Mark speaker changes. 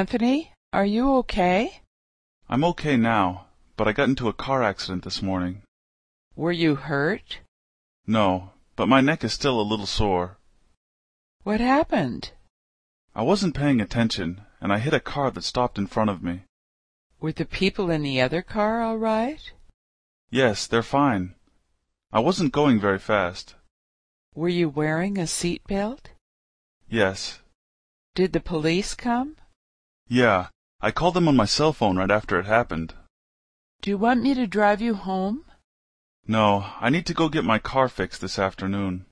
Speaker 1: Anthony, are you okay?
Speaker 2: I'm okay now, but I got into a car accident this morning.
Speaker 1: Were you hurt?
Speaker 2: No, but my neck is still a little sore.
Speaker 1: What happened?
Speaker 2: I wasn't paying attention, and I hit a car that stopped in front of me.
Speaker 1: Were the people in the other car all right?
Speaker 2: Yes, they're fine. I wasn't going very fast.
Speaker 1: Were you wearing a seat belt?
Speaker 2: Yes.
Speaker 1: Did the police come?
Speaker 2: Yeah, I called them on my cell phone right after it happened.
Speaker 1: Do you want me to drive you home?
Speaker 2: No, I need to go get my car fixed this afternoon.